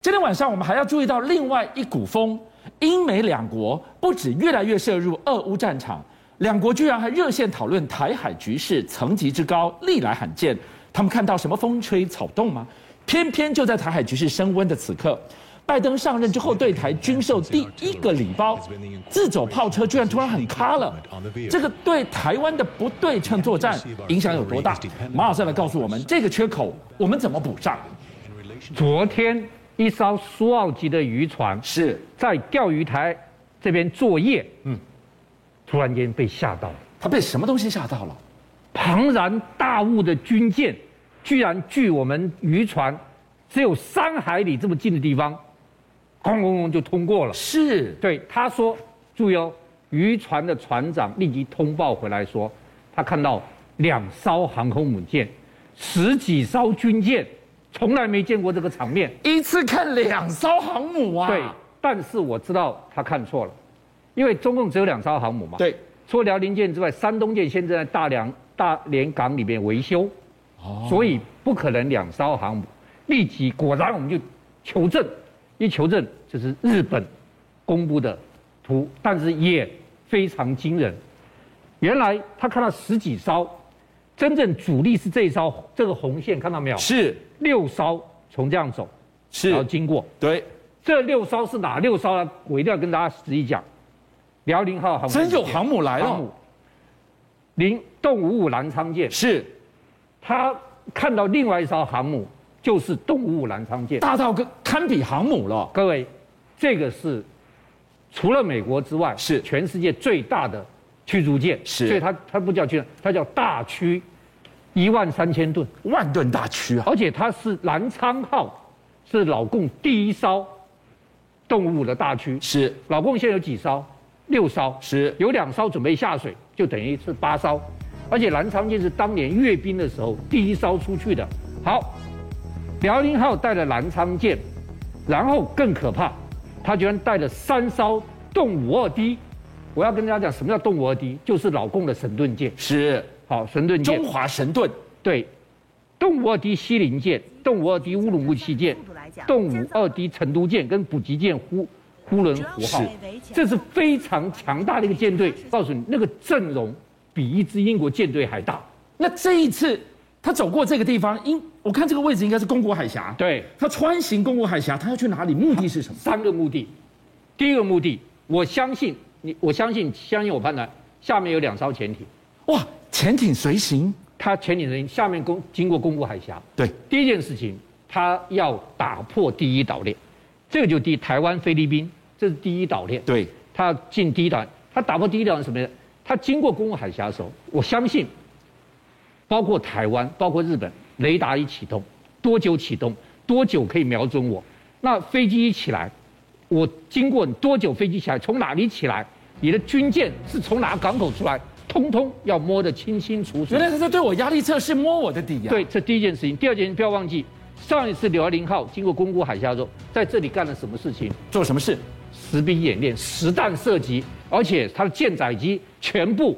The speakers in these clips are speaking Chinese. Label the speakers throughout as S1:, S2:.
S1: 今天晚上我们还要注意到另外一股风，英美两国不止越来越涉入俄乌战场，两国居然还热线讨论台海局势层级之高，历来罕见。他们看到什么风吹草动吗？偏偏就在台海局势升温的此刻，拜登上任之后对台军售第一个礼包，自走炮车居然突然很咖了。这个对台湾的不对称作战影响有多大？马老师来告诉我们，这个缺口我们怎么补上？
S2: 昨天一艘苏澳籍的渔船
S1: 是
S2: 在钓鱼台这边作业，嗯，突然间被吓到了，
S1: 他被什么东西吓到了？
S2: 庞然大物的军舰，居然距我们渔船只有三海里这么近的地方，咣咣咣就通过了。
S1: 是
S2: 对，他说，注意哦，渔船的船长立即通报回来说，他看到两艘航空母舰，十几艘军舰，从来没见过这个场面。
S1: 一次看两艘航母啊？
S2: 对，但是我知道他看错了，因为中共只有两艘航母嘛。
S1: 对，
S2: 除了辽宁舰之外，山东舰现在在大梁大连港里面维修，
S1: 哦
S2: 所以不可能两艘航母。立即果然我们就求证，一求证就是日本公布的图，但是也非常惊人。原来他看到十几艘，真正主力是这一艘这个红线，看到没有？
S1: 是
S2: 六艘从这样走，然后
S1: 是，
S2: 经过。
S1: 对，
S2: 这六艘是哪六艘呢？我一定要跟大家仔细讲。辽宁号航母，
S1: 真有航母来
S2: 航
S1: 了
S2: 母，零动五五澜沧舰，
S1: 是
S2: 他看到另外一艘航母就是动五五澜沧舰。
S1: 大到跟堪比航母了。
S2: 各位，这个是除了美国之外，
S1: 是
S2: 全世界最大的驱逐舰，
S1: 是
S2: 所以它它不叫驱逐，它叫大驱，一万三千吨，
S1: 万吨大驱啊！
S2: 而且它是澜沧号，是老共第一艘动物的大驱，
S1: 是
S2: 老共现在有几艘？六艘，
S1: 是
S2: 有两艘准备下水，就等于是八艘。而且澜沧舰是当年阅兵的时候第一艘出去的。好，辽宁号带了澜沧舰，然后更可怕，他居然带了三艘动五二 D。我要跟大家讲，什么叫动五二 D？就是老共的神盾舰。
S1: 是，
S2: 好，神盾舰
S1: 中华神盾
S2: 对，动五二 D 西陵舰、动五二 D 乌鲁木齐舰、动五二 D 成都舰跟补给舰呼呼伦湖号。这是非常强大的一个舰队。告诉你，那个阵容比一支英国舰队还大。
S1: 那这一次他走过这个地方，应我看这个位置应该是公国海峡。，
S2: 对，
S1: 他穿行公国海峡，他要去哪里？目的是什么？
S2: 三个目的。第一个目的，我相信你，我相信相信我判断，下面有两艘潜艇，
S1: 哇，潜艇随行。
S2: 它潜艇人下面攻经过宫古海峡。
S1: 对，
S2: 第一件事情，它要打破第一岛链，这个就第一台湾、菲律宾，这是第一岛链。
S1: 对，
S2: 他要进第一岛，他打破第一岛是什么呢？他经过公共海峡的时候，我相信，包括台湾、包括日本，雷达一启动，多久启动？多久可以瞄准我？那飞机一起来，我经过你多久？飞机起来从哪里起来？你的军舰是从哪港口出来？通通要摸得清清楚楚
S1: 原。来他在对我压力测试，摸我的底啊呀、
S2: 对，，这第一件事情。第二件事情不要忘记，上一次辽宁号经过宫古海峡的时候，在这里干了什么事情？
S1: 做什么事？
S2: 实兵演练、实弹射击，而且它的舰载机全部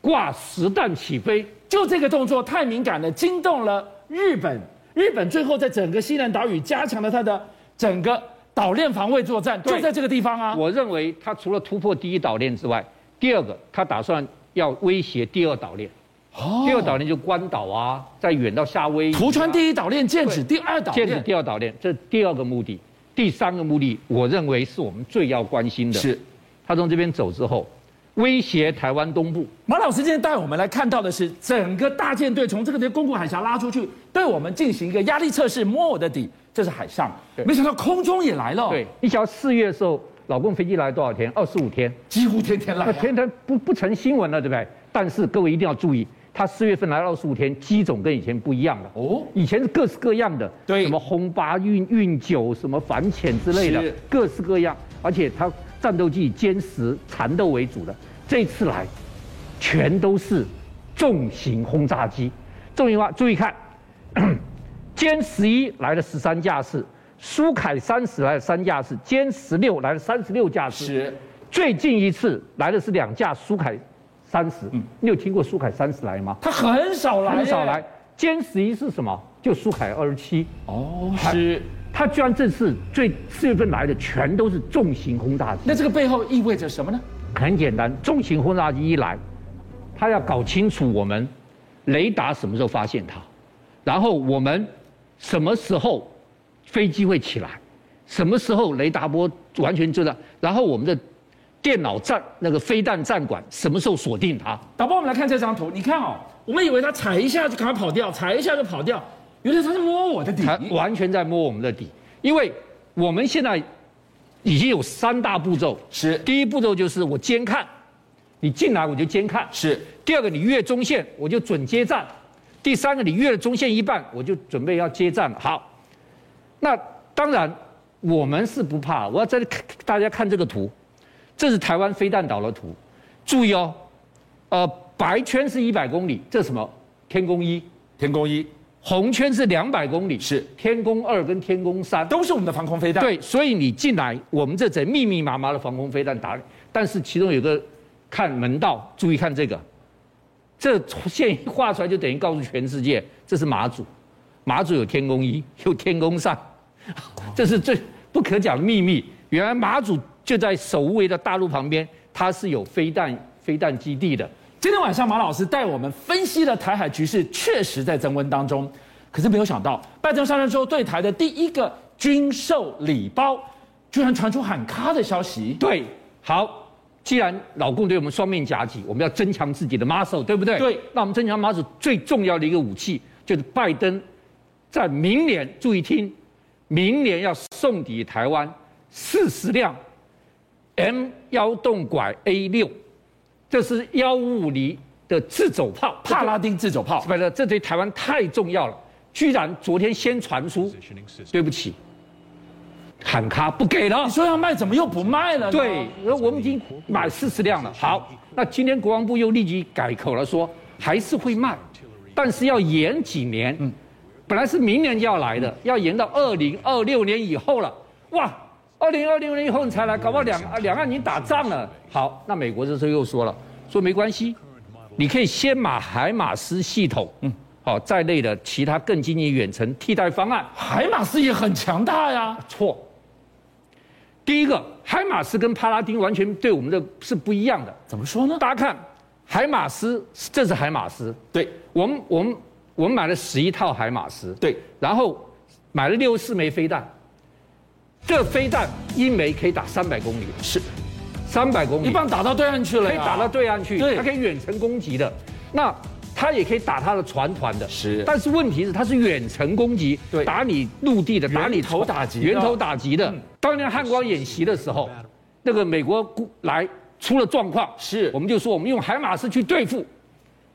S2: 挂实弹起飞。
S1: 就这个动作太敏感了，惊动了日本。日本最后在整个西南岛屿加强了它的整个岛链防卫作战，
S2: 对
S1: 就在这个地方啊。
S2: 我认为它除了突破第一岛链之外，第二个它打算要威胁第二岛链。
S1: 哦
S2: 第二岛链就关岛啊，再远到夏威夷、啊。
S1: 图川第一岛链剑指第二岛
S2: 建立
S1: 链，
S2: 第二岛链，这是第二个目的。第三个目的，我认为是我们最要关心的。
S1: 是，
S2: 他从这边走之后，威胁台湾东部。
S1: 马老师今天带我们来看到的是整个大舰队从这个公共海峡拉出去，对我们进行一个压力测试，摸我的底，这是海上，
S2: 对
S1: 没想到空中也来了，
S2: 对，，你想四月的时候，老共飞机来多少天？二十五天。
S1: 几乎天天来、
S2: 那
S1: 啊。
S2: 天天不不成新闻了，对不对？但是各位一定要注意，它四月份来二十五天，机种跟以前不一样了。
S1: 哦
S2: 哦，以前是各式各样的，
S1: 对
S2: 什么轰八、运运九、什么反潜之类的
S1: 是，
S2: 各式各样。而且它战斗机以歼十、缠斗为主的，这次来全都是重型轰炸机。重型化，注意看， 歼十一来了十三架次，苏凯三十来了三架次，歼十六来了三十六架次。
S1: 是
S2: 最近一次来的是两架苏凯三十，
S1: 嗯
S2: 你有听过苏凯三十来吗？
S1: 他很少来，
S2: 很少来。。歼十一是什么？就苏凯二十七。
S1: 哦，是
S2: 他居然这次最四月份来的全都是重型轰炸机。
S1: 那这个背后意味着什么呢？
S2: 很简单，重型轰炸机一来，他要搞清楚我们雷达什么时候发现它，然后我们什么时候飞机会起来，什么时候雷达波完全知道，然后我们的电脑站那个飞弹站管什么时候锁定它。
S1: 导播，我们来看这张图，你看哦，我们以为他踩一下就赶快跑掉，踩一下就跑掉，原来他是摸我的底。
S2: 他完全在摸我们的底，因为我们现在已经有三大步骤。
S1: 是
S2: 第一步骤就是我监看，你进来我就监看；
S1: 是
S2: 第二个，你越中线我就准接战；第三个，你越了中线一半，我就准备要接战了。好，那当然我们是不怕。我要再看大家看这个图，这是台湾飞弹岛的图，注意哦，呃，白圈是一百公里，这是什么？天宫一。
S1: 天宫一
S2: 红圈是两百公里，
S1: 是
S2: 天宫二跟天宫三。
S1: 都是我们的防空飞弹。，
S2: 对，所以你进来，我们这整密密麻麻的防空飞弹打你，但是其中有个看门道，注意看这个，这线一画出来就等于告诉全世界，这是马祖，马祖有天宫一， 有天宫上，
S1: 哦
S2: 这是最不可讲的秘密。原来马祖就在守卫的大陆旁边，它是有飞弹飞弹基地的。
S1: 今天晚上马老师带我们分析了台海局势，确实在增温当中。可是没有想到，拜登上任之后对台的第一个军售礼包，居然传出喊卡的消息。
S2: 对，好，既然老共对我们双面夹击，我们要增强自己的 muscle，对不对？
S1: 对。
S2: 那我们增强 muscle 最重要的一个武器就是拜登在明年，注意听，明年要送抵台湾四十辆 M 幺洞拐 A 六，这是幺五五零的自走炮，
S1: 帕拉丁自走炮
S2: 不是，这对台湾太重要了。居然昨天先传出，对不起，喊卡不给了
S1: 你。说要卖，怎么又不卖了呢？
S2: 对，那我们已经买四十辆了。好，那今天国防部又立即改口了说，还是会卖，但是要延几年。本来是明年就要来的，要延到二零二六年以后了。哇，二零二六年以后你才来，搞不好两两岸已经打仗了。好，那美国这时候又说了，说没关系，你可以先买海马斯系统，嗯，好在内的其他更精益远程替代方案。
S1: 海马斯也很强大呀。
S2: 错。第一个，海马斯跟帕拉丁完全对我们的是不一样的。
S1: 怎么说呢？
S2: 大家看，海马斯这是海马斯，
S1: 对
S2: 我们我们我们买了十一套海马斯，
S1: 对，
S2: 然后买了六十四枚飞弹，这飞弹一枚可以打三百公里，
S1: 是
S2: 三百公里
S1: 一棒打到对岸去了
S2: 可
S1: 呀，
S2: 以打到对岸去，
S1: 对
S2: 它可以远程攻击的。那它也可以打它的船团的，
S1: 是
S2: 但是问题是它是远程攻击，
S1: 对
S2: 打你陆地的，打你
S1: 头打击的嗯
S2: 源头打击的。当年汉光演习的时候，那个美国故来出了状况，
S1: 是
S2: 我们就说我们用海马斯去对付，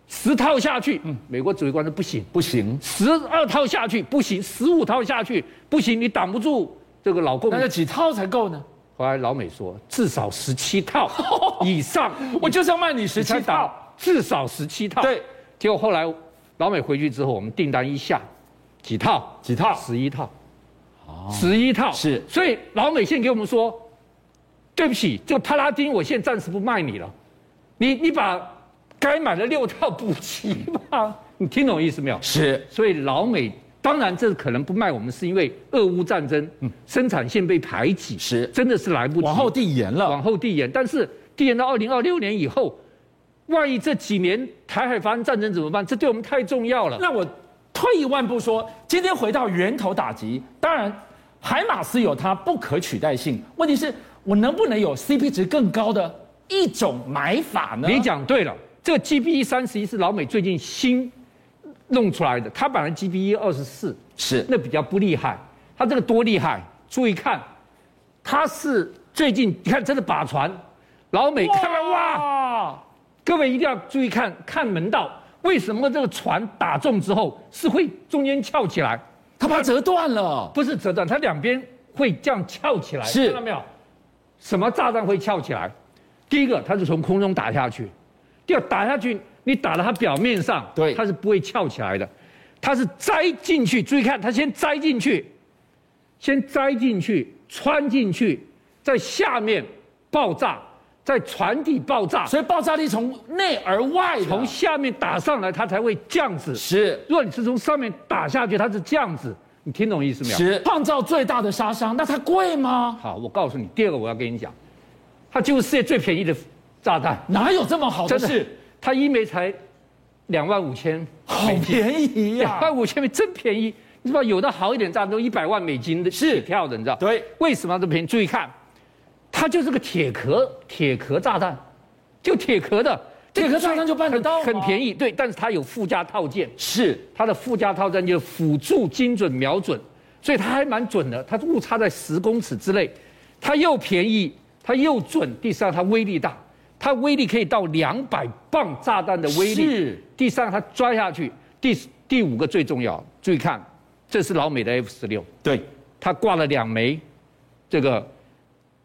S2: 十套下去，美国指挥官说不行，
S1: 嗯不行，
S2: 十二套下去不行，十五套下去不行，你挡不住这个老共。
S1: 那要几套才够呢？
S2: 后来老美说至少十七套以上，
S1: 我就是要卖你十七
S2: 才
S1: 嗯套
S2: 到。至少十七套。
S1: 对，
S2: 结果后来老美回去之后，我们订单一下，几套？
S1: 几套哦
S2: 十一套。十一套
S1: 是
S2: 所以老美现在给我们说，对不起，这个帕拉丁我现在暂时不卖你了，你你把该买的六套补齐吧。你听懂意思没有？
S1: 是
S2: 所以老美当然这可能不卖我们，是因为俄乌战争，生产线被排挤，
S1: 嗯是
S2: 真的是来不及。
S1: 往后递延了
S2: 往，后递延，但是递延到二零二六年以后，万一这几年台海发生战争怎么办？这对我们太重要了。
S1: 那我退一万步说，今天回到源头打击，当然海马斯有它不可取代性，问题是我能不能有 CP 值更高的一种买法呢？
S2: 你讲对了，这个 GB 三十一是老美最近新弄出来的，它本来 GB 二十四
S1: 是
S2: 那比较不厉害，它这个多厉害！注意看，它是最近你看真的靶船，老美看了哇
S1: 哇，
S2: 各位一定要注意看看门道，为什么这个船打中之后是会中间翘起来？
S1: 它把它折断了，
S2: 不是折断，它两边会这样翘起来，
S1: 是
S2: 看到没有？什么炸弹会翘起来？第一个，它是从空中打下去；第二，打下去你打到它表面上，
S1: 对
S2: 它是不会翘起来的，它是栽进去。注意看，它先栽进去，先栽进去，穿进去，在下面爆炸，在船底爆炸，
S1: 所以爆炸力从内而外的
S2: 从下面打上来，它才会这样子。
S1: 是
S2: 如果你是从上面打下去，它是这样子，你听懂意思没有？
S1: 是创造最大的杀伤，那它贵吗？
S2: 好，我告诉你，第二个我要跟你讲，它就是世界最便宜的炸弹，
S1: 哪有这么好的
S2: 真的
S1: 事？
S2: 它一枚才两万五千，
S1: 好便宜呀、
S2: 两万五千枚真便宜。你知道有的好一点炸弹都一百万美金的起跳的，你知道？
S1: 对，
S2: 为什么要这么便宜？注意看，它就是个铁壳铁壳炸弹，就铁壳的
S1: 铁壳炸弹就办得到吗
S2: 很很便宜。对，但是它有附加套件，
S1: 是
S2: 它的附加套餐就是辅助精准瞄准，所以它还蛮准的，它误差在十公尺之内，它又便宜，它又准，第三它威力大，它威力可以到两百磅炸弹的威力。
S1: 是
S2: 第三它抓下去，第第五个最重要，注意看，这是老美的 F 十六，
S1: 对，
S2: 它挂了两枚，这个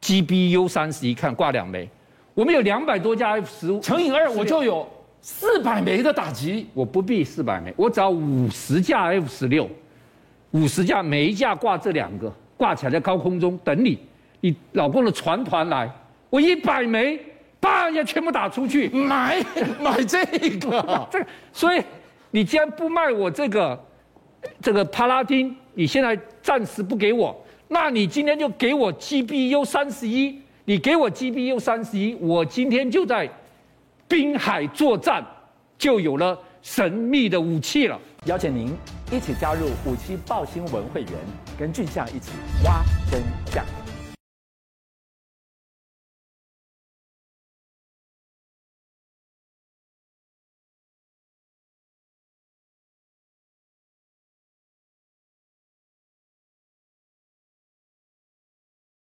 S2: GBU 三十一看挂两枚，我们有两百多架 F 十五，
S1: 乘以二我就有四百枚的打击，
S2: 我不必四百枚，我只要五十架 F 十六，五十架，每一架挂这两个，挂起来在高空中等你，你老公的船团来，我一百枚，叭一下全部打出去，
S1: 买 买这个，
S2: 这个，所以你既然不卖我这个这个帕拉丁，你现在暂时不给我，那你今天就给我 GBU 三十一，你给我 GBU 三十一，我今天就在滨海作战，就有了神秘的武器了。
S3: 邀请您一起加入虎七报新闻会员，跟俊相一起挖真相。